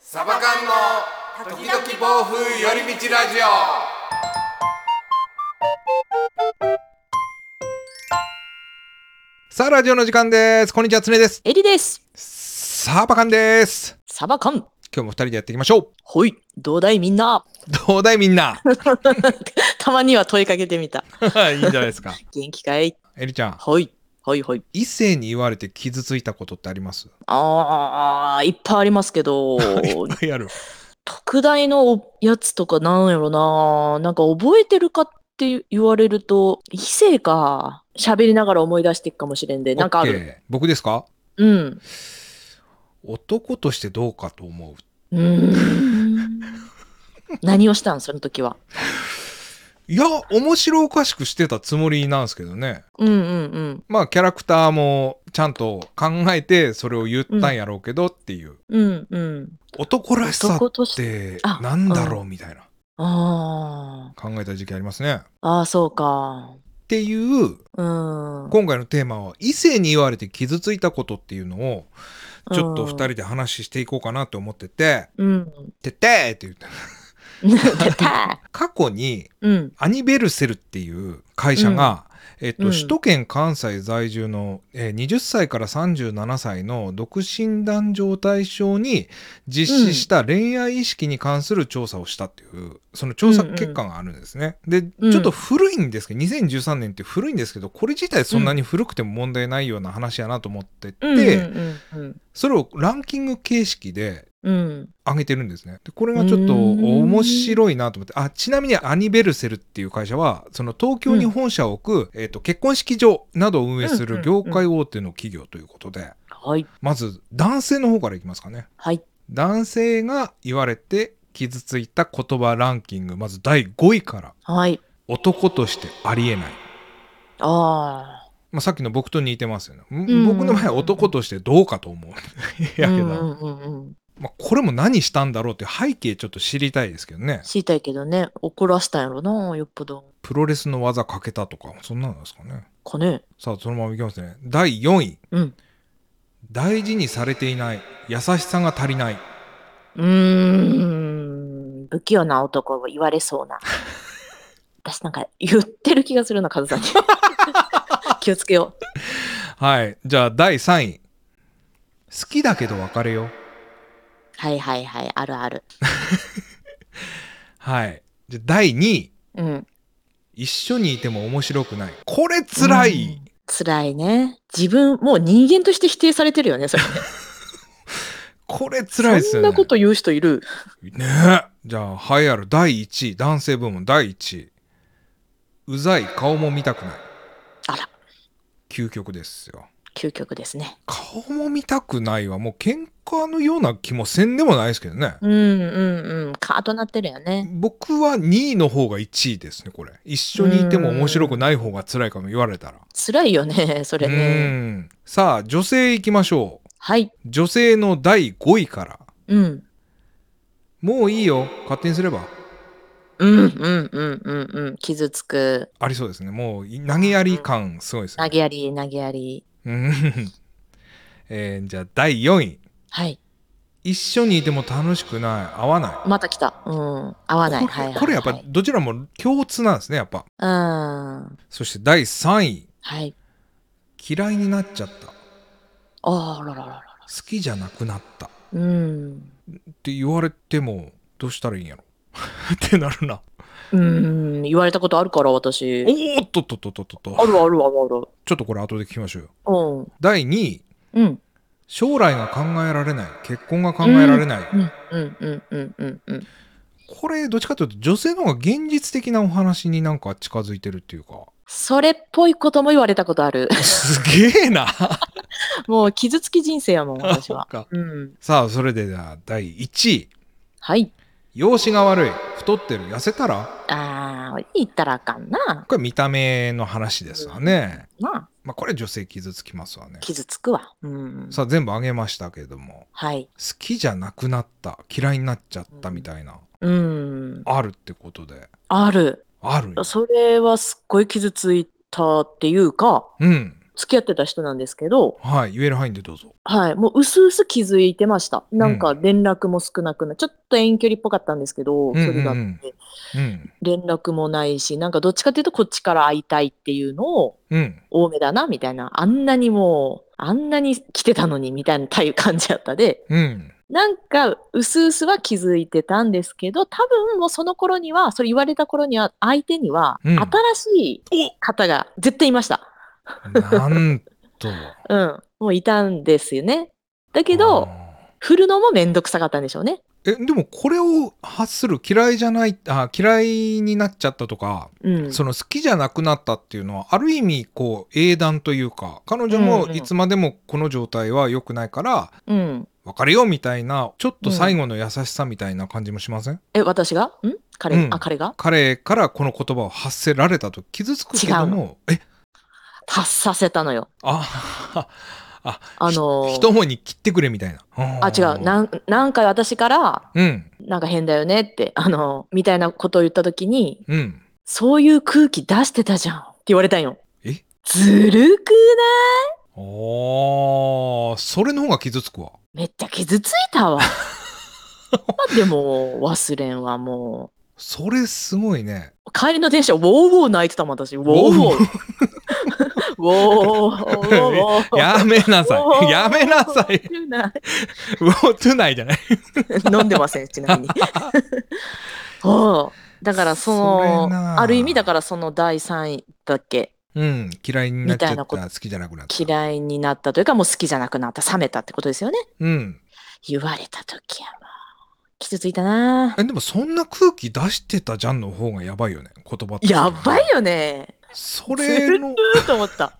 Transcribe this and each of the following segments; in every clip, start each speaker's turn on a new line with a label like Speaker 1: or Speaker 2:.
Speaker 1: サバ缶の時々暴風寄り道ラジオ
Speaker 2: さあ、ラジオの時間です。こんにちは、つねです。
Speaker 3: エリです。
Speaker 2: サーバカンです。
Speaker 3: サバ缶。
Speaker 2: 今日も二人でやっていきましょ
Speaker 3: ほい。どうだいみんな。
Speaker 2: う。どう だいみんな。
Speaker 3: たまには問いかけてみた。
Speaker 2: いいんじゃないですか。
Speaker 3: 元気かい
Speaker 2: えりちゃん、
Speaker 3: ほい。ほいほい。
Speaker 2: 異性に言われて傷ついたことってあります
Speaker 3: ああ、いっぱいありますけど、
Speaker 2: いある。
Speaker 3: 特大のやつとかなんやろな。なんか覚えてるかって言われると、異性か。喋りながら思い出していくかもしれんで、なんかある。
Speaker 2: る。僕ですか
Speaker 3: うん。
Speaker 2: 男としてどうかと思う。
Speaker 3: うーん。何をしたんその時は。
Speaker 2: いや、面白おかしくしてたつもりなんですけどね。
Speaker 3: うんうんうん。
Speaker 2: まあ、キャラクターもちゃんと考えてそれを言ったんやろうけどっていう。
Speaker 3: うんうん。
Speaker 2: 男らしさっ
Speaker 3: 男としてあ
Speaker 2: なんだろうみたいな
Speaker 3: あ
Speaker 2: 考えた時期ありますね。
Speaker 3: あ。ああ、そうか。
Speaker 2: っていう
Speaker 3: うん。
Speaker 2: 今回のテーマは異性に言われて傷ついたことっていうのをちょっと
Speaker 3: うん
Speaker 2: 2人で話していこうかなと思ってて
Speaker 3: うん。
Speaker 2: 「てって!」って言って
Speaker 3: たた
Speaker 2: 過去に
Speaker 3: うん。
Speaker 2: アニベルセルっていう会社が、えっと
Speaker 3: うん
Speaker 2: 首都圏関西在住の、えー20歳から37歳の独身男女を対象に実施した恋愛意識に関する調査をしたっていうその調査結果があるんですね。
Speaker 3: う
Speaker 2: で
Speaker 3: ん
Speaker 2: ちょっと古いんですけど2013年って古いんですけどこれ自体そんなに古くても問題ないような話やなと思ってて、
Speaker 3: うんうんうん
Speaker 2: それをランキング形式で
Speaker 3: うん。
Speaker 2: 上げてるんですね。でこれがちょっと面白いなと思って、あ、ちなみにアニベルセルっていう会社は、その東京に本社を置く、えっ、と、結婚式場などを運営する業界大手の企業ということで、
Speaker 3: はい。
Speaker 2: まず男性の方からいきますかね。
Speaker 3: はい。
Speaker 2: 男性が言われて傷ついた言葉ランキング、まず第5位から、
Speaker 3: はい。
Speaker 2: 男としてありえない。
Speaker 3: ああ。
Speaker 2: まあ、さっきの僕と似てますよね。
Speaker 3: ん
Speaker 2: 僕の場合は男としてどうかと 思う。やけど、
Speaker 3: うんうんうんうん。
Speaker 2: まあ、これも何したんだろうっていう背景ちょっと知りたいですけどね。
Speaker 3: 知りたいけどね、怒らしたんやろな、よっぽど。
Speaker 2: プロレスの技かけたとかそんなのですかね
Speaker 3: かね。
Speaker 2: さあそのままいきますね第4位
Speaker 3: うん。
Speaker 2: 大事にされていない優しさが足りないう
Speaker 3: ーん。不器用な男を言われそ うな。私なんか言ってる気がするな、カズ さんに。気をつけよう。
Speaker 2: はいじゃあ第3位好きだけど別れよ
Speaker 3: はいはいはい、あるある。
Speaker 2: はいじゃあ第2位
Speaker 3: うん。
Speaker 2: 一緒にいても面白くないこれつらい、
Speaker 3: うん辛いね。自分、もう人間として否定されてるよね、それ。
Speaker 2: これつらいですよ
Speaker 3: そん
Speaker 2: ね
Speaker 3: なこと言う人いる。
Speaker 2: ねえじゃあ栄えある第1位男性部門第1位うざい顔も見たくない
Speaker 3: あら、
Speaker 2: 究極ですよ
Speaker 3: 究極ですね。
Speaker 2: 顔も見たくないはもう喧嘩のような気もせんでもないですけどね、
Speaker 3: うんうんうん。カートなってるよね。
Speaker 2: 僕は2位の方が1位ですねこれ一緒にいても面白くない方が辛いかも言われたら
Speaker 3: 辛いよね、 それ
Speaker 2: う
Speaker 3: ね。
Speaker 2: んさあ女性いきましょう
Speaker 3: はい。
Speaker 2: 女性の第5位から
Speaker 3: うん。
Speaker 2: もういいよ勝手にすれば
Speaker 3: うんうんうんうんうん。傷つく。
Speaker 2: ありそうですねもうい投げやり感すごいです
Speaker 3: 投
Speaker 2: ね
Speaker 3: げやり、投げやり。
Speaker 2: うん、えーじゃあ第4位
Speaker 3: はい。
Speaker 2: 一緒にいても楽しくない合わない
Speaker 3: また来た。うん。合わない。
Speaker 2: これ
Speaker 3: はいはい、はい。
Speaker 2: これやっぱどちらも共通なんですねやっぱ
Speaker 3: うん。
Speaker 2: そして第3位
Speaker 3: はい。
Speaker 2: 嫌いになっちゃった好
Speaker 3: あらららら。
Speaker 2: きじゃなくなったっ
Speaker 3: うん。
Speaker 2: て言われてもどうしたらいいんやろ ってなるな
Speaker 3: うん。言われたことあるから、私。
Speaker 2: おーっとっとっとっとっと
Speaker 3: あるあるある
Speaker 2: ちょっとこれ後で聞きましょうよ
Speaker 3: ある。
Speaker 2: 第2位
Speaker 3: うん。うん。
Speaker 2: 将来が考えられない結婚が考えられない、
Speaker 3: うんうんうんうんうんうん。
Speaker 2: これどっちかというと女性の方が現実的なお話になんか近づいてるっていうか
Speaker 3: それっぽいことも言われたことある。
Speaker 2: すげえな
Speaker 3: もう傷つき人生や もん、私は。
Speaker 2: か
Speaker 3: うん。
Speaker 2: さあそれでじゃあ第1位
Speaker 3: はい。
Speaker 2: 容姿が悪い太ってる痩せたら
Speaker 3: ああ、言ったらあかんな。
Speaker 2: これ見た目の話ですわね、
Speaker 3: なあ、
Speaker 2: まあこれ女性傷つきますわね
Speaker 3: 傷つくわ。うん。
Speaker 2: さあ全部あげましたけども
Speaker 3: はい。
Speaker 2: 好きじゃなくなった嫌いになっちゃったみたいな、
Speaker 3: うん。
Speaker 2: あるってことで
Speaker 3: ある。
Speaker 2: あるよ
Speaker 3: それはすっごい傷ついたっていうか、
Speaker 2: うん
Speaker 3: 付き合ってた人なんですけど、
Speaker 2: はい言える範囲でどうぞ
Speaker 3: はい、もう薄々気づいてました。なんか連絡も少なくな、ちょっと遠距離っぽかったんですけど、
Speaker 2: んうんうん
Speaker 3: 距離があって、
Speaker 2: うん
Speaker 3: 連絡もないし、なんかどっちかっていうとこっちから会いたいっていうのを
Speaker 2: うん
Speaker 3: 多めだな、みたいな。あんなにもう、あんなに来てたのに、みたいな感じだったで、
Speaker 2: うん
Speaker 3: なんか、うすうすは気づいてたんですけど、多分もうその頃には、それ言われた頃には、相手には、
Speaker 2: うん
Speaker 3: 新しい方が絶対いました。
Speaker 2: なんと
Speaker 3: うん。もういたんですよね。だ けど、
Speaker 2: あ
Speaker 3: 振るのもめんどくさかったんでしょうね。
Speaker 2: ーえでもこれを発する嫌いじゃないあ嫌いになっちゃったとか
Speaker 3: うん。
Speaker 2: その好きじゃなくなったっていうのはある意味こう英断というか彼女
Speaker 3: うんう
Speaker 2: も
Speaker 3: ん
Speaker 2: いつまでもこの状態は良くないから
Speaker 3: うん。
Speaker 2: 別れようみたいなちょっと最後の優しさみたいな感じもしません、
Speaker 3: え、私がん彼、
Speaker 2: うん
Speaker 3: あ、彼が
Speaker 2: 彼からこの言葉を発せられたと傷つくけど
Speaker 3: 違う
Speaker 2: もえ
Speaker 3: 発させたのよ。
Speaker 2: ああ
Speaker 3: あのー
Speaker 2: ひ一思いに切ってくれみたいな
Speaker 3: あ、違う。なんん何回私から、
Speaker 2: うん
Speaker 3: なんか変だよねって、あの、みたいなことを言ったときに、
Speaker 2: うん
Speaker 3: そういう空気出してたじゃんって言われたんよ。
Speaker 2: え
Speaker 3: ずるくない
Speaker 2: あーそれの方が傷つくわ
Speaker 3: めっちゃ傷ついたわ。 なんでもう忘れんわ、も
Speaker 2: それすごい ね
Speaker 3: う。帰りの電車、ウォーウォー泣いてたもん、私。ウォーウォー。ウォ ーウォーウォーウォー。
Speaker 2: やめなさ
Speaker 3: ウォー
Speaker 2: いやめなさい。ウォートゥナイじゃない
Speaker 3: 飲んでません、ちなみ に。そう。だから、その
Speaker 2: それ、な
Speaker 3: ある意味、だから、その第3位だっけ、
Speaker 2: うん嫌いになっちゃっ
Speaker 3: みたいな
Speaker 2: た
Speaker 3: こ
Speaker 2: 好
Speaker 3: と
Speaker 2: きじゃなくなった
Speaker 3: 嫌いになったというか、もう好きじゃなくなった、冷めたってことですよね。
Speaker 2: うん
Speaker 3: 言われた時は、傷ついたな
Speaker 2: えでもそんな空気出してたじゃんの方がやばいよね言葉としては
Speaker 3: やばいよね。
Speaker 2: そ
Speaker 3: ず
Speaker 2: れ
Speaker 3: る
Speaker 2: の
Speaker 3: ーと思った。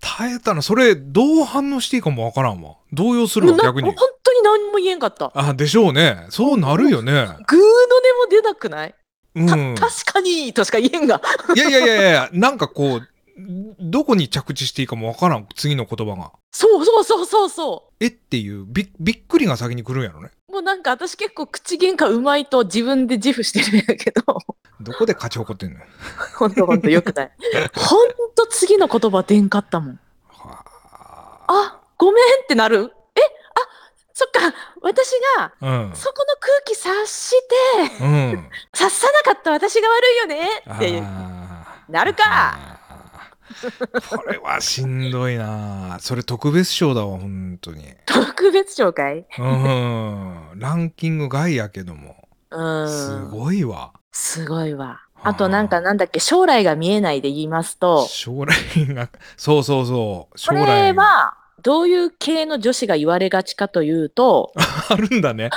Speaker 2: 耐えたなそれどう反応していいかもわからんわ動揺する
Speaker 3: もう
Speaker 2: わ
Speaker 3: な
Speaker 2: 逆に
Speaker 3: 本当に何も言えんかった。
Speaker 2: あでしょうねそうなるよね
Speaker 3: グーの音も出なくない、
Speaker 2: うん
Speaker 3: た確かにとしか言えんが。
Speaker 2: いやいやいやいやなんかこうどこに着地していいかもわからん次の言葉が
Speaker 3: そうそうそうそうそ
Speaker 2: えっていうびびっくりが先に来るんやろね
Speaker 3: う。もうなんか私結構口喧嘩うまいと自分で自負してるんやけど、
Speaker 2: どこで勝ち誇ってんのよ
Speaker 3: ほんとほんとよくない。 ほんと次の言葉出んかったもん。
Speaker 2: はあ
Speaker 3: あ、ごめんってなる。え、あ、そっか、私が
Speaker 2: うん
Speaker 3: そこの空気察 して、
Speaker 2: うん
Speaker 3: 察さなかった私が悪いよねっていう。
Speaker 2: あー
Speaker 3: なるか
Speaker 2: あーこれはしんどいなそれ特別賞だわ本当に
Speaker 3: 特別紹介
Speaker 2: うんランキング外やけども
Speaker 3: うん。
Speaker 2: すごいわ
Speaker 3: すごいわ。
Speaker 2: はあ
Speaker 3: あとなんかなんだっけ、将来が見えないで言いますと、
Speaker 2: 将来がそうそうそう
Speaker 3: こ
Speaker 2: 将
Speaker 3: れ
Speaker 2: 来が
Speaker 3: はどういう系の女子が言われがちかとい うと、
Speaker 2: あるんだね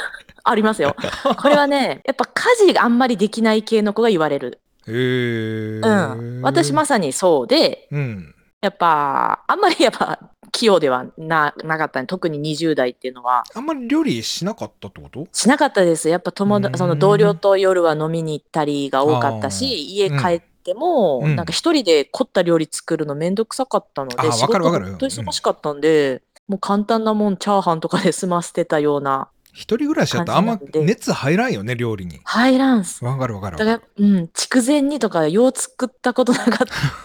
Speaker 3: ありますよ。これはね、やっぱ家事があんまりできない系の子が言われる。
Speaker 2: へえ
Speaker 3: うん。私まさにそうで、
Speaker 2: うん
Speaker 3: やっぱ、あんまりやっぱ器用ではななかったね。特に20代っていうのは。
Speaker 2: あんまり料理しなかったってこと
Speaker 3: しなかったです。やっぱ友
Speaker 2: う
Speaker 3: だ
Speaker 2: ん
Speaker 3: その同僚と夜は飲みに行ったりが多かった
Speaker 2: あー
Speaker 3: し、家帰っても、
Speaker 2: うん
Speaker 3: なんか一人で凝った料理作るのめんどくさかったの
Speaker 2: あー
Speaker 3: で、仕
Speaker 2: わか
Speaker 3: 事
Speaker 2: る
Speaker 3: が
Speaker 2: わかる
Speaker 3: 本当に忙しかったんで、もう簡単なもん、チャーハンとかで済ませてたような、
Speaker 2: 一人暮らしだとあんま
Speaker 3: 感じなんで
Speaker 2: 熱入らんよね料理に
Speaker 3: 入らんす。
Speaker 2: わかるわかる
Speaker 3: だから、うん、筑前煮とかよう作ったことなかっ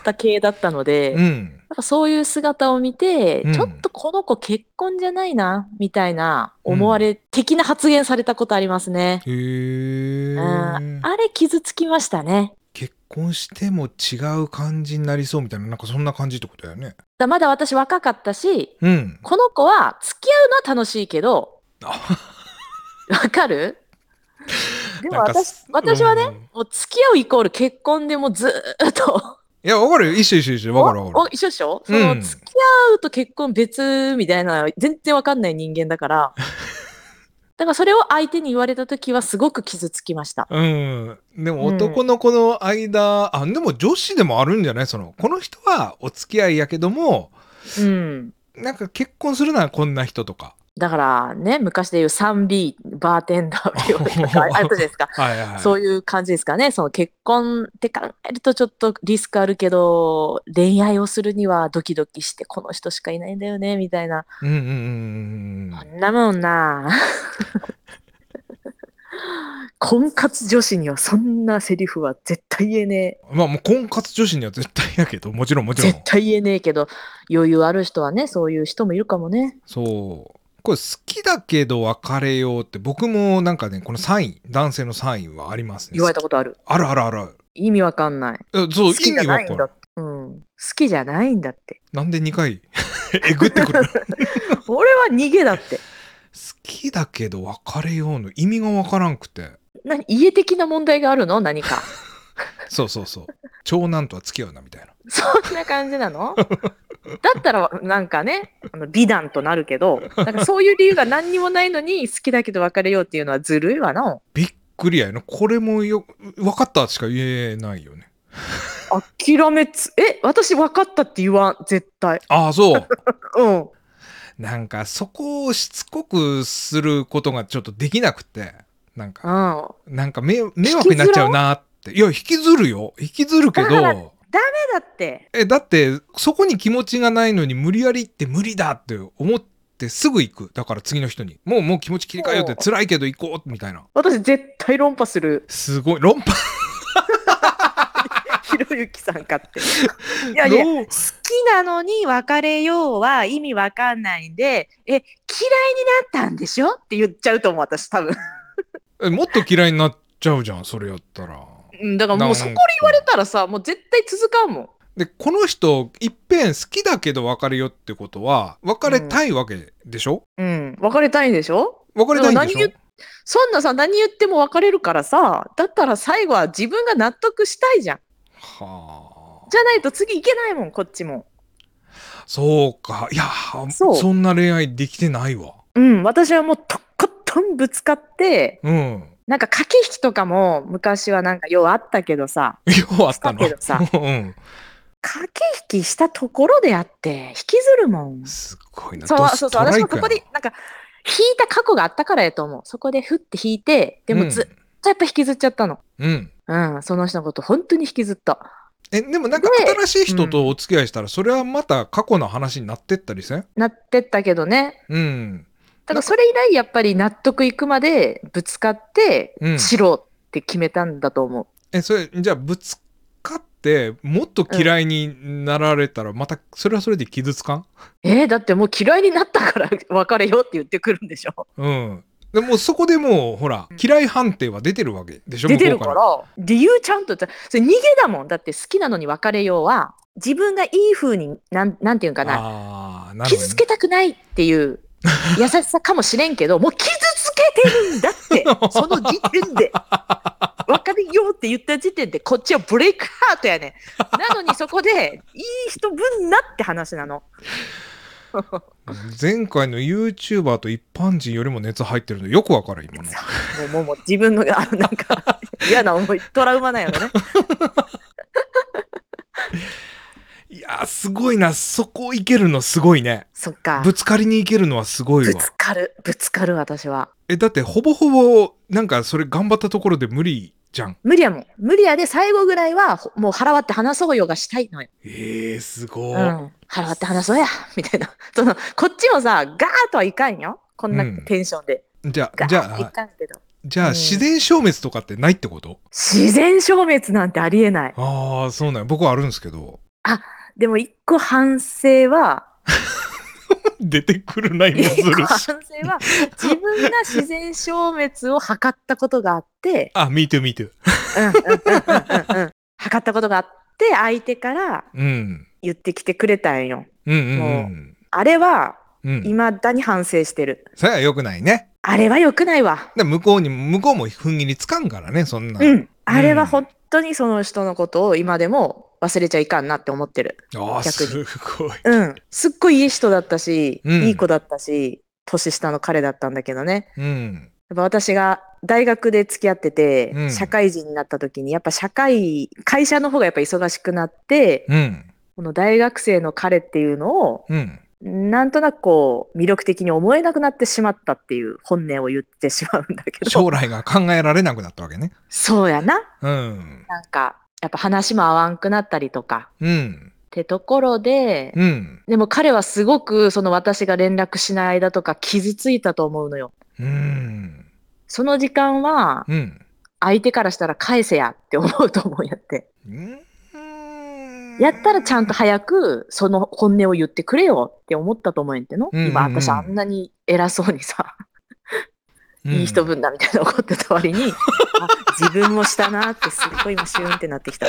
Speaker 3: た系だったので、
Speaker 2: う
Speaker 3: やっ
Speaker 2: ん
Speaker 3: ぱそういう姿を見て、
Speaker 2: うん
Speaker 3: ちょっとこの子結婚じゃないな、みたいな思われ、的な発言されたことありますね。
Speaker 2: へえ
Speaker 3: うん、あれ傷つきましたね。
Speaker 2: 結婚しても違う感じになりそうみたいななんかそんな感じってことだよね
Speaker 3: だまだ私若かったし、
Speaker 2: うん
Speaker 3: この子は付き合うのは楽しいけど、
Speaker 2: あ
Speaker 3: わかるでも
Speaker 2: なんか
Speaker 3: 私私はね、
Speaker 2: うん
Speaker 3: もう付き合うイコール結婚でもうずーっと。
Speaker 2: いやわかるよ一緒一緒一緒わかるわ
Speaker 3: おお
Speaker 2: かる
Speaker 3: 一緒でしょ、
Speaker 2: う
Speaker 3: そ
Speaker 2: ん
Speaker 3: の付き合うと結婚別みたいな、全然わかんない人間 だから。だからそれを相手に言われた時はすごく傷つきました。
Speaker 2: うん、でも男の子の間、あでも女子でもあるんじゃないそのこの人はお付き合いやけども
Speaker 3: うん。
Speaker 2: なんか結婚するならこんな人とか
Speaker 3: だからね、昔で言う 3B、バーテンダーって言われたあれあれじゃないですか。
Speaker 2: はいはい、はい、
Speaker 3: そういう感じですかね。その結婚って考えるとちょっとリスクあるけど、恋愛をするにはドキドキして、この人しかいないんだよね、みたいな。
Speaker 2: うんうんうんうんうん
Speaker 3: こんなもんな。婚活女子にはそんなセリフは絶対言えねえ。
Speaker 2: まあもう婚活女子には絶対やけどもちろんもちろ
Speaker 3: 絶
Speaker 2: ん
Speaker 3: 対言えねえけど、余裕ある人はね、そういう人もいるかもね。
Speaker 2: そうこれ好きだけど別れようって僕もなんかねこのサイン男性のサインはありますね
Speaker 3: 言われたことある。
Speaker 2: あるあるある
Speaker 3: 意味わかんない。
Speaker 2: えそう
Speaker 3: 好
Speaker 2: 意
Speaker 3: きじゃ
Speaker 2: 味
Speaker 3: な
Speaker 2: わ
Speaker 3: い
Speaker 2: かん
Speaker 3: んだ
Speaker 2: な
Speaker 3: っ
Speaker 2: い
Speaker 3: て。うん。好きじゃないんだって。
Speaker 2: なんで2回 えぐってくるの好
Speaker 3: 俺は逃げだって。
Speaker 2: きだけど別れようの意味がわからんくて
Speaker 3: 何家的な問題があるの何か。
Speaker 2: そうそうそう長男とは付き合うなみたいな
Speaker 3: そんな感じなのだったらなんかねあの美談となるけどなんかそういう理由が何にもないのに好きだけど別れようっていうのはずるいわな
Speaker 2: びっくりやなこれもよ分かったしか言えないよね
Speaker 3: 諦めつえ私分かったって言わん絶対
Speaker 2: ああそう
Speaker 3: うん
Speaker 2: なんかそこをしつこくすることがちょっとできなくてなんか
Speaker 3: うん
Speaker 2: なんか迷迷惑になっちゃうなっていや引きずるよ引きずるけ
Speaker 3: だから
Speaker 2: ど
Speaker 3: だって
Speaker 2: えだってそこに気持ちがないのに無理やり行って無理だって思ってすぐ行くだから次の人にもうもう気持ち切り替えようって辛いけど行こうみたいな
Speaker 3: 私絶対論破する
Speaker 2: すごい論破
Speaker 3: ひろゆきさんかっていやい や好
Speaker 2: 論
Speaker 3: きなのに別れようは意味わかんないんでえ嫌いになったんでしょって言っちゃうと思う私多分
Speaker 2: えもっと嫌いになっちゃうじゃんそれやったら
Speaker 3: うんだからもうそこで言われたらさもう絶対続かんもん
Speaker 2: でこの人いっぺん好きだけど別れよってことは別れたいわけでしょ、
Speaker 3: うん、別れたいんでしょ
Speaker 2: 別れたいんでし
Speaker 3: でも何言
Speaker 2: ょ
Speaker 3: っそんなさ何言っても別れるからさだったら最後は自分が納得したいじゃん
Speaker 2: は
Speaker 3: じゃないと次いけないもんこっちも
Speaker 2: あそうかいや
Speaker 3: そ
Speaker 2: そうそんな恋愛できてないわ
Speaker 3: うん私はもうとことんぶつかって
Speaker 2: うん
Speaker 3: なんか駆け引きとかも昔はなんかようあったけどさ
Speaker 2: ようあったの
Speaker 3: したけどさ
Speaker 2: うん
Speaker 3: 駆け引きしたところであって引きずるもん
Speaker 2: すっごいな
Speaker 3: そう
Speaker 2: ド
Speaker 3: そう
Speaker 2: ス
Speaker 3: そう
Speaker 2: トラ
Speaker 3: 私
Speaker 2: イ
Speaker 3: も
Speaker 2: ク
Speaker 3: こ
Speaker 2: や
Speaker 3: こ
Speaker 2: な
Speaker 3: でなんか引いた過去があったからやと思うそこでふって引いてでもずっとやっぱ引きずっちゃったの
Speaker 2: うん、うん
Speaker 3: うん、その人のこと本当に引きずった
Speaker 2: えでもなんか
Speaker 3: で
Speaker 2: 新しい人とお付き合いしたらそれはまた過去の話になってったりせん
Speaker 3: なってったけどね
Speaker 2: うん
Speaker 3: だからそれ以来やっぱり納得いくまでぶつかって
Speaker 2: うん
Speaker 3: しろって決めたんだと思う。
Speaker 2: えそれじゃあぶつかってもっと嫌いになられたらまたそれはそれで傷つかん
Speaker 3: えーだってもう嫌いになったから 別れようって言ってくるんでしょ
Speaker 2: うんでもうそこでもうほら嫌い判定は出てるわけでしょ
Speaker 3: 出てるか
Speaker 2: 向こ
Speaker 3: ら理由ちゃんとそれ逃げだもんだって好きなのに別れようは自分がいい風になんなんていう
Speaker 2: う
Speaker 3: んか
Speaker 2: から
Speaker 3: な
Speaker 2: ああーなるほどね
Speaker 3: 傷つけたくないっていう 優しさかもしれんけどもう傷つけてるんだって その時点で別れようって言った時点でこっちはブレイクハートやねんなのにそこでいい人ぶんなって話なの
Speaker 2: 前回の YouTuber と一般人よりも熱入ってるのよくわかる今の
Speaker 3: もうもうもう自分のあのなんか嫌な思いトラウマなんやろね
Speaker 2: いやーすごいなそこいけるのすごいね
Speaker 3: そっか
Speaker 2: ぶつかりにいけるのはすごい
Speaker 3: ぶ
Speaker 2: わ
Speaker 3: つかるぶつかる私は
Speaker 2: えだってほぼほぼなんかそれ頑張ったところで無理じゃん
Speaker 3: 無理やもん無理やで最後ぐらいはほもう腹割って話そうよがしたいのよ、
Speaker 2: えー、すごい、
Speaker 3: うん、腹割って話そうや みたいなそのこっちもさガーとはいかんよこんな
Speaker 2: うん
Speaker 3: テンションで、
Speaker 2: じゃあ
Speaker 3: ガ
Speaker 2: じ
Speaker 3: ー
Speaker 2: ゃ
Speaker 3: ってい
Speaker 2: あ
Speaker 3: かんけど
Speaker 2: じゃあ
Speaker 3: うん
Speaker 2: 自然消滅とかってないってこと
Speaker 3: 自然消滅なんてありえない
Speaker 2: ああそうなんや僕はあるんですけど
Speaker 3: でも一個反省は
Speaker 2: 出てくるな今
Speaker 3: 一
Speaker 2: ず
Speaker 3: 個
Speaker 2: る
Speaker 3: 反
Speaker 2: し
Speaker 3: 省は自分が自然消滅を図ったことがあって、
Speaker 2: あ me too me too
Speaker 3: うんうんうんうんうんうん図ったことがあって相手から
Speaker 2: うん
Speaker 3: 言ってきてくれたんよ。
Speaker 2: うんうん
Speaker 3: あれは
Speaker 2: うんうん
Speaker 3: 未だに反省してる。
Speaker 2: それは良くないね
Speaker 3: あれは良くないわ。
Speaker 2: で向こうに向こうも踏ん切りつかんからねそんな、
Speaker 3: うん。あれは本当にその人のことを今でも忘れちゃいかんなって思ってる。
Speaker 2: ああ
Speaker 3: 逆
Speaker 2: す
Speaker 3: に
Speaker 2: ごい
Speaker 3: うん。すっごいいい人だったし、
Speaker 2: うん
Speaker 3: いい子だったし、年下の彼だったんだけどね。
Speaker 2: うん
Speaker 3: やっぱ私が大学で付き合ってて、
Speaker 2: うん
Speaker 3: 社会人になった時にやっぱ社会会社の方がやっぱ忙しくなって、
Speaker 2: うん
Speaker 3: この大学生の彼っていうのを
Speaker 2: うん
Speaker 3: なんとなくこう魅力的に思えなくなってしまったっていう本音を言ってしまうんだけど
Speaker 2: 将来が考えられなくなったわけね
Speaker 3: そうやな
Speaker 2: うん
Speaker 3: なんかやっぱ話も合わんくなったりとか
Speaker 2: うん
Speaker 3: ってところで、
Speaker 2: うん
Speaker 3: でも彼はすごくその私が連絡しない間とか傷ついたと思うのよ。
Speaker 2: うん
Speaker 3: その時間は
Speaker 2: うん
Speaker 3: 相手からしたら返せやって思うと思うやって。
Speaker 2: うん
Speaker 3: やったらちゃんと早くその本音を言ってくれよって思ったと思うんやっての。
Speaker 2: うんうんうん
Speaker 3: 今私あんなに偉そうにさ、いい人分だみたいな怒って た割に、あ自分もしたなってすっごい今シューンってなってきた。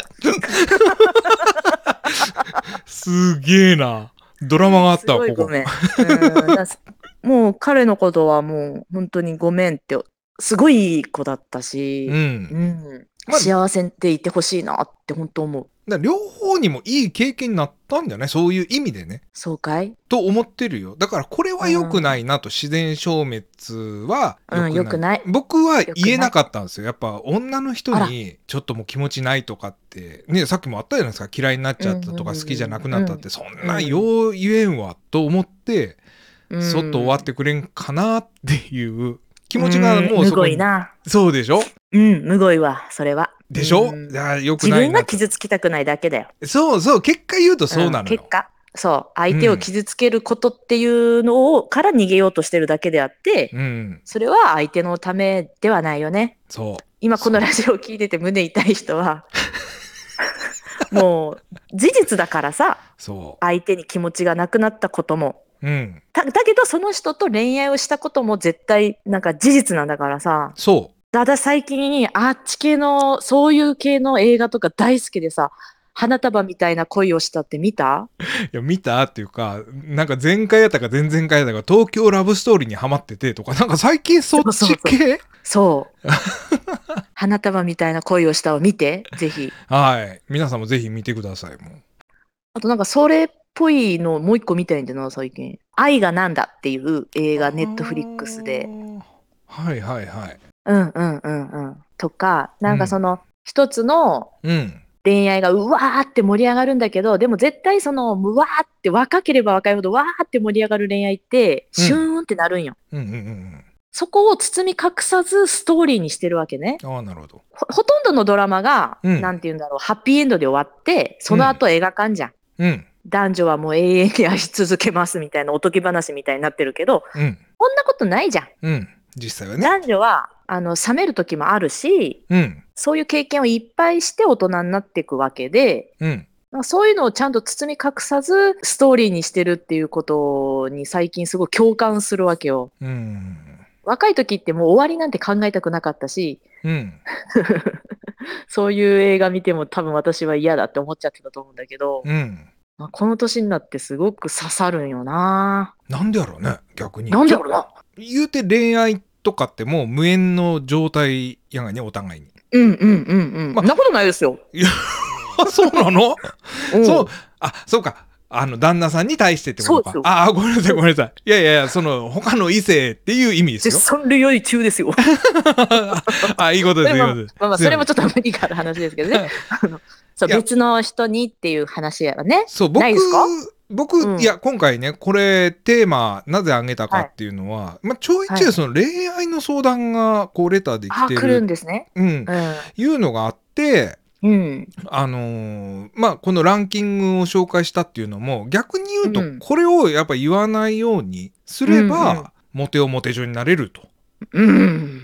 Speaker 2: すげえな。ドラマがあったわ、
Speaker 3: すごい
Speaker 2: こ
Speaker 3: ご
Speaker 2: こ。
Speaker 3: めん。うんだ からすもう彼のことはもう本当にごめんって、すごいいい子だったし、
Speaker 2: う。
Speaker 3: うんん
Speaker 2: まあ
Speaker 3: 幸せでいてほしいなって本当思う。
Speaker 2: だから両方にもいい経験になったんじゃないそういう意味でね。
Speaker 3: そうかい
Speaker 2: と思ってるよ。だからこれは良くないなと、自然消滅は
Speaker 3: うん、よくない。
Speaker 2: 僕は言えなかったんですよ。やっぱ女の人にちょっともう気持ちないとかって、ね、さっきもあったじゃないですか。嫌いになっちゃったとか
Speaker 3: うんうんうん
Speaker 2: 好きじゃなくなったって、そんなんよう言えんわと思って、
Speaker 3: うん
Speaker 2: そっと終わってくれんかなっていう気持ちがもう
Speaker 3: す
Speaker 2: そこ
Speaker 3: ご
Speaker 2: に
Speaker 3: い。な。
Speaker 2: そうでしょ
Speaker 3: うん、むごいわ、それは。
Speaker 2: でしょ、
Speaker 3: うん
Speaker 2: いや良く
Speaker 3: 自
Speaker 2: ない
Speaker 3: 分
Speaker 2: な
Speaker 3: が
Speaker 2: って
Speaker 3: 傷つきたくないだけだよ。
Speaker 2: そうそう結果言うとそうなのよ、
Speaker 3: ん結果、そう、相手を傷つけることっていうのを、から逃げようとしてるだけであって、
Speaker 2: うん
Speaker 3: それは相手のためではないよね。
Speaker 2: そう
Speaker 3: 今このラジオを聞いてて胸痛い人は、もう事実だからさ、
Speaker 2: そ
Speaker 3: 相手に気持ちがなくなったことも。
Speaker 2: ううん
Speaker 3: だだけどその人と恋愛をしたことも絶対なんか事実なんだからさ
Speaker 2: そ
Speaker 3: ただ最近あっち系のそういう系の映画とか大好きでさ花束みたいな恋をしたって見た
Speaker 2: ういや見たっていうかなんか前回やったか前々回やったか東京ラブストーリーにハマっててとかなんか最近そっ
Speaker 3: そう
Speaker 2: ち
Speaker 3: そう
Speaker 2: 系
Speaker 3: そう花束みたいな恋をしたを見てぜひ
Speaker 2: はい皆さんもぜひ見てくださいもう
Speaker 3: あとなんかそれっぽいのもう一個見たいんだよな最近「愛がなんだ」っていう映画ネットフリックスで
Speaker 2: あーはいはいはい
Speaker 3: うんうんうんうんとかなんかその、一つの
Speaker 2: うん
Speaker 3: 恋愛がうわーって盛り上がるんだけどでも絶対そのうわーって若ければ若いほどわーって盛り上がる恋愛って
Speaker 2: うん
Speaker 3: シューンってなるんよ、
Speaker 2: うんうんうん
Speaker 3: そこを包み隠さずストーリーにしてるわけね
Speaker 2: うんああなるほど
Speaker 3: ほほとんどのドラマが、
Speaker 2: うん
Speaker 3: なんて言うんだろうハッピーエンドで終わってその後映画館じゃん、
Speaker 2: うん
Speaker 3: 男女はもう永遠に愛し続けますみたいなおとぎ話みたいになってるけど
Speaker 2: うん
Speaker 3: こんなことないじゃん
Speaker 2: うん実際はね
Speaker 3: 男女はあの冷める時もあるし
Speaker 2: うん
Speaker 3: そういう経験をいっぱいして大人になっていくわけで
Speaker 2: うん
Speaker 3: なんかそういうのをちゃんと包み隠さずストーリーにしてるっていうことに最近すごい共感するわけよ。
Speaker 2: うん
Speaker 3: 若い時ってもう終わりなんて考えたくなかったし、
Speaker 2: うん
Speaker 3: そういう映画見ても多分私は嫌だって思っちゃってたと思うんだけど、
Speaker 2: うん
Speaker 3: まあこの年になってすごく刺さるんよな。
Speaker 2: なんでやろうね逆に
Speaker 3: なんでやろうな。
Speaker 2: 言うて恋愛とかってもう無縁の状態やがねお互いに
Speaker 3: うんうんうんうん。
Speaker 2: まあ
Speaker 3: そんなことないですよ。
Speaker 2: あそうなの
Speaker 3: うん
Speaker 2: そうあそうかあの旦那さんに対してってことか
Speaker 3: そうですよ
Speaker 2: ああごめんなさいごめんなさいいやいやいやその他の異性っていう意味ですよ
Speaker 3: 絶賛恋愛中ですよ。
Speaker 2: あいいことですいい
Speaker 3: まあ
Speaker 2: こと
Speaker 3: ま
Speaker 2: です
Speaker 3: あまあ、
Speaker 2: すいません
Speaker 3: それもちょっと無理がある話ですけどね。あのそう
Speaker 2: いや
Speaker 3: 別の人にっていう話やわね。
Speaker 2: そう僕
Speaker 3: ないですか
Speaker 2: 僕、
Speaker 3: うん
Speaker 2: いや今回ねこれテーマなぜあげたかっていうのは、まあ、ちょいちょ
Speaker 3: はいい
Speaker 2: その恋愛の相談がこうレターで
Speaker 3: あ
Speaker 2: 来
Speaker 3: あ、
Speaker 2: て
Speaker 3: 来
Speaker 2: る
Speaker 3: るんですね。
Speaker 2: うん、
Speaker 3: う
Speaker 2: いうのがあって
Speaker 3: ん。うん。
Speaker 2: あのーまあこのランキングを紹介したっていうのも逆に言うと、
Speaker 3: うん
Speaker 2: これをやっぱ言わないようにすれば、
Speaker 3: うんうん
Speaker 2: モテをモテ女になれると
Speaker 3: うん。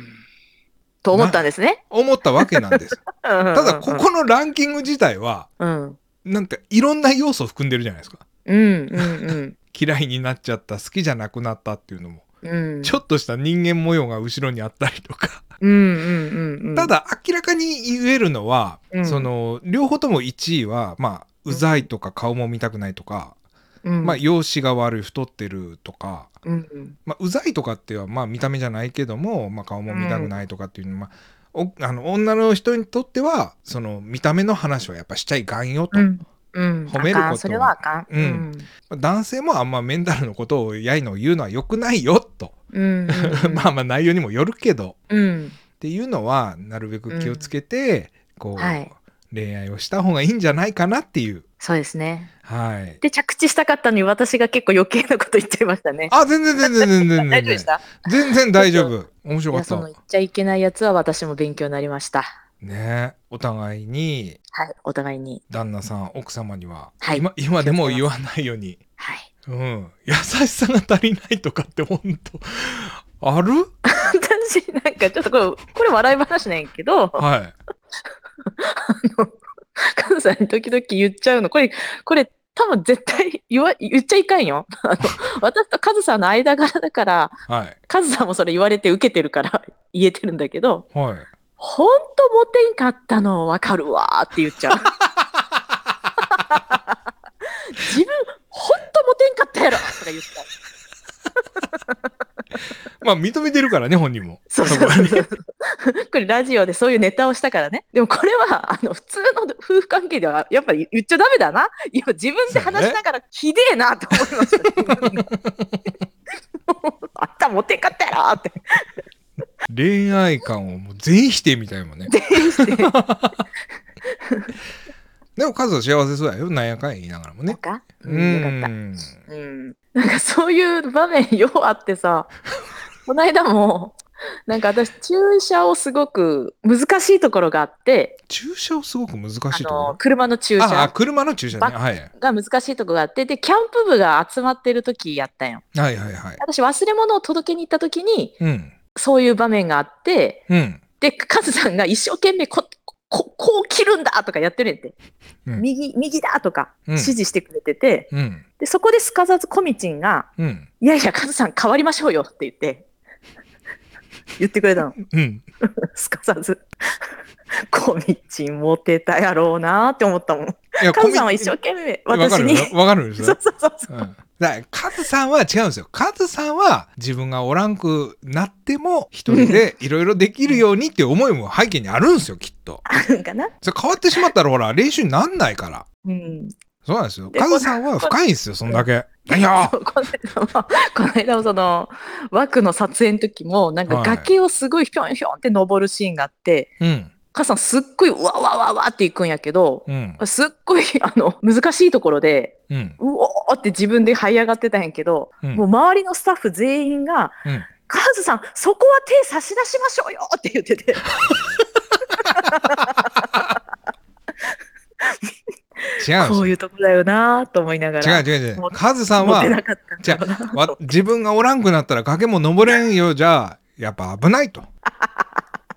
Speaker 3: と思ったんですね。
Speaker 2: 思ったわけなんです
Speaker 3: た
Speaker 2: ただここのランキング自体は
Speaker 3: うん。
Speaker 2: なんていろんな要素を含んでるじゃないですか
Speaker 3: うんうん
Speaker 2: 嫌いになっちゃった好きじゃなくなったっていうのも、
Speaker 3: うん。うん。
Speaker 2: ちょっとした人間模様が後ろにあったりとか、
Speaker 3: うんうんうんうん。
Speaker 2: た、だ明らかに言えるのは、
Speaker 3: うん
Speaker 2: その両方とも1位はまあうざいとか顔も見たくないとか、
Speaker 3: うん、
Speaker 2: まあ容姿が悪い太ってるとか、
Speaker 3: うんうん。
Speaker 2: まあ、うざいとかってはまあ見た目じゃないけども、まあ、顔も見たくないとかっていうのは、まあおあの女の人にとってはその見た目の話はやっぱしちゃいかんよと、
Speaker 3: うん。うん。
Speaker 2: 褒めること
Speaker 3: あかんそれはあかん。
Speaker 2: うんまあ男性もあんまメンタルのことをやいのを言うのは良くないよと、
Speaker 3: うん。うん。
Speaker 2: まあまあ内容にもよるけど
Speaker 3: うん。
Speaker 2: っていうのはなるべく気をつけて、こう、
Speaker 3: はい
Speaker 2: 恋愛をした方がいいんじゃないかなっていう
Speaker 3: そうですね。
Speaker 2: はい
Speaker 3: で、着地したかったのに私が結構余計なこと言っちゃいましたね。
Speaker 2: あ全然全然全然全
Speaker 3: 大
Speaker 2: 然
Speaker 3: 丈夫でした
Speaker 2: 全然大丈夫面白
Speaker 3: い
Speaker 2: か
Speaker 3: や、
Speaker 2: っ
Speaker 3: そ
Speaker 2: た
Speaker 3: の言っちゃいけないやつは私も勉強になりました。
Speaker 2: ねお互いに
Speaker 3: はい。お互いに。
Speaker 2: 旦那さん奥様には、
Speaker 3: はい
Speaker 2: 今今でも言わないように、
Speaker 3: はい。
Speaker 2: うん、優しさが足りないとかって本当ある
Speaker 3: 確じ、なんかちょっとこれ、これ笑い話なんやけど、
Speaker 2: はい。
Speaker 3: 関西に時々言っちゃうの。これ、これ、多分絶対言わ、言っちゃいかんよ。あの、私とカズさんの間柄だから、
Speaker 2: はい。
Speaker 3: カズさんもそれ言われて受けてるから言えてるんだけど、
Speaker 2: はい。
Speaker 3: ほんとモテんかったのわかるわーって言っちゃう。自分、ほんとモテんかったやろとか言っちゃう。
Speaker 2: まあ、認めてるからね、本人も。
Speaker 3: そうそうそう。これラジオでそういうネタをしたからね。でもこれは、あの、普通の夫婦関係では、やっぱり言っちゃダメだな。いや、自分で話しながら、ひでえなと思いました、 ね。あったモテかったやろって
Speaker 2: 恋愛観をもう全否定みたいもんね。
Speaker 3: 全 してなん
Speaker 2: でも、数は幸せそうやよ。なんやかんや言いながらもね。
Speaker 3: か、
Speaker 2: う
Speaker 3: うん、よかっ
Speaker 2: ん。
Speaker 3: た。うん。なんかそういう場面ようあってさ、この間も、なんか私、注射をすごく難しいところがあって、
Speaker 2: 駐車をすごく難しい
Speaker 3: あ
Speaker 2: と
Speaker 3: の、
Speaker 2: こ
Speaker 3: 車の注
Speaker 2: ろ。
Speaker 3: 射。
Speaker 2: ああ、車の駐車ね。
Speaker 3: バッ
Speaker 2: はい。はい
Speaker 3: が難しいとこがあってでキャンプ部が集まってる時やったんよ
Speaker 2: はいはい。
Speaker 3: 私忘れ物を届けに行った時に
Speaker 2: うん。
Speaker 3: そういう場面があって
Speaker 2: うん。
Speaker 3: でカズさんが一生懸命こここう切るんだとかやってるんやって、
Speaker 2: うん
Speaker 3: 右右だとか
Speaker 2: うん
Speaker 3: 指示してくれてて、
Speaker 2: うん。
Speaker 3: でそこですかさずコミチンが
Speaker 2: うん。
Speaker 3: 「いやいやカズさん変わりましょうよ」って言って 言ってくれたの
Speaker 2: うん。
Speaker 3: すかさずコミチンモテたやろうなーって思ったも
Speaker 2: い
Speaker 3: ん
Speaker 2: や
Speaker 3: カズさん
Speaker 2: コ
Speaker 3: は
Speaker 2: ミ
Speaker 3: 一生懸命
Speaker 2: わか
Speaker 3: 私
Speaker 2: る
Speaker 3: に
Speaker 2: よわかるんです
Speaker 3: そう
Speaker 2: よ。
Speaker 3: そうそうそう
Speaker 2: うんだからカズさんは違うんですよ。カズさんは自分がおらんくなっても一人でいろいろできるようにっていう思いも背景にあるんですよ、きっと。
Speaker 3: あるんかな
Speaker 2: それ変わってしまったらほら、練習になんないから。
Speaker 3: うん
Speaker 2: そうなんですよ。
Speaker 3: で
Speaker 2: カズさんは深いんですよ、そんだけ。何よ
Speaker 3: そうこの間も、この間もその、枠の撮影の時も、なんか
Speaker 2: はい
Speaker 3: 崖をすごいひょんひょんって登るシーンがあって、
Speaker 2: うん。
Speaker 3: 母さんすっごいわわわわって行くんやけど、
Speaker 2: うん。
Speaker 3: すっごい、あの、難しいところで、
Speaker 2: うん。
Speaker 3: うおーって自分で這い上がってたんやけど、
Speaker 2: うん
Speaker 3: もう周りのスタッフ全員が、
Speaker 2: うん
Speaker 3: カズさん、そこは手差し出しましょうよって言って て。
Speaker 2: 違うんです
Speaker 3: こ
Speaker 2: よ。
Speaker 3: ういうとこだよなーと思いなが
Speaker 2: 違
Speaker 3: ら。
Speaker 2: う違う違う
Speaker 3: もう。
Speaker 2: カズさん
Speaker 3: モ
Speaker 2: は
Speaker 3: テ、なかったんだろうなと
Speaker 2: わ自分がおらんくなったら崖も登れんよじゃ、やっぱ危ないと。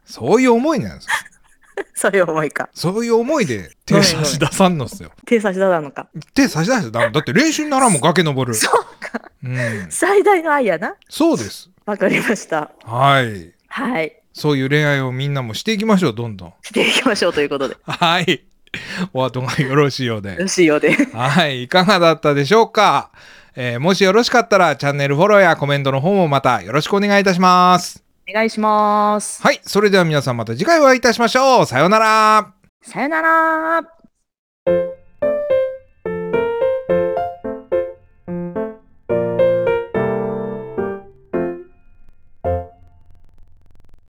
Speaker 2: そういう思いなんですよ。
Speaker 3: そういう思いか。
Speaker 2: そういう思いで手差し出さんのっすよ。
Speaker 3: 手差し出たのか。
Speaker 2: 手差し出してだだって練習ならんもん崖登る。
Speaker 3: そうか。
Speaker 2: うん。
Speaker 3: 最大の愛やな。
Speaker 2: そうです。
Speaker 3: わかりました。
Speaker 2: はい。
Speaker 3: はい。
Speaker 2: そういう恋愛をみんなもしていきましょう、どんどん。
Speaker 3: していきましょうということで。よ
Speaker 2: はい。お後がよろしいようで
Speaker 3: ろ。しいようで。
Speaker 2: はい、いかがだったでしょうか、えーもしよろしかったらチャンネルフォローやコメントの方もまたよろしくお願いいたします。
Speaker 3: お願いします。
Speaker 2: はい、それでは皆さんまた次回お会いいたしましょう。さようなら。
Speaker 3: さよなら。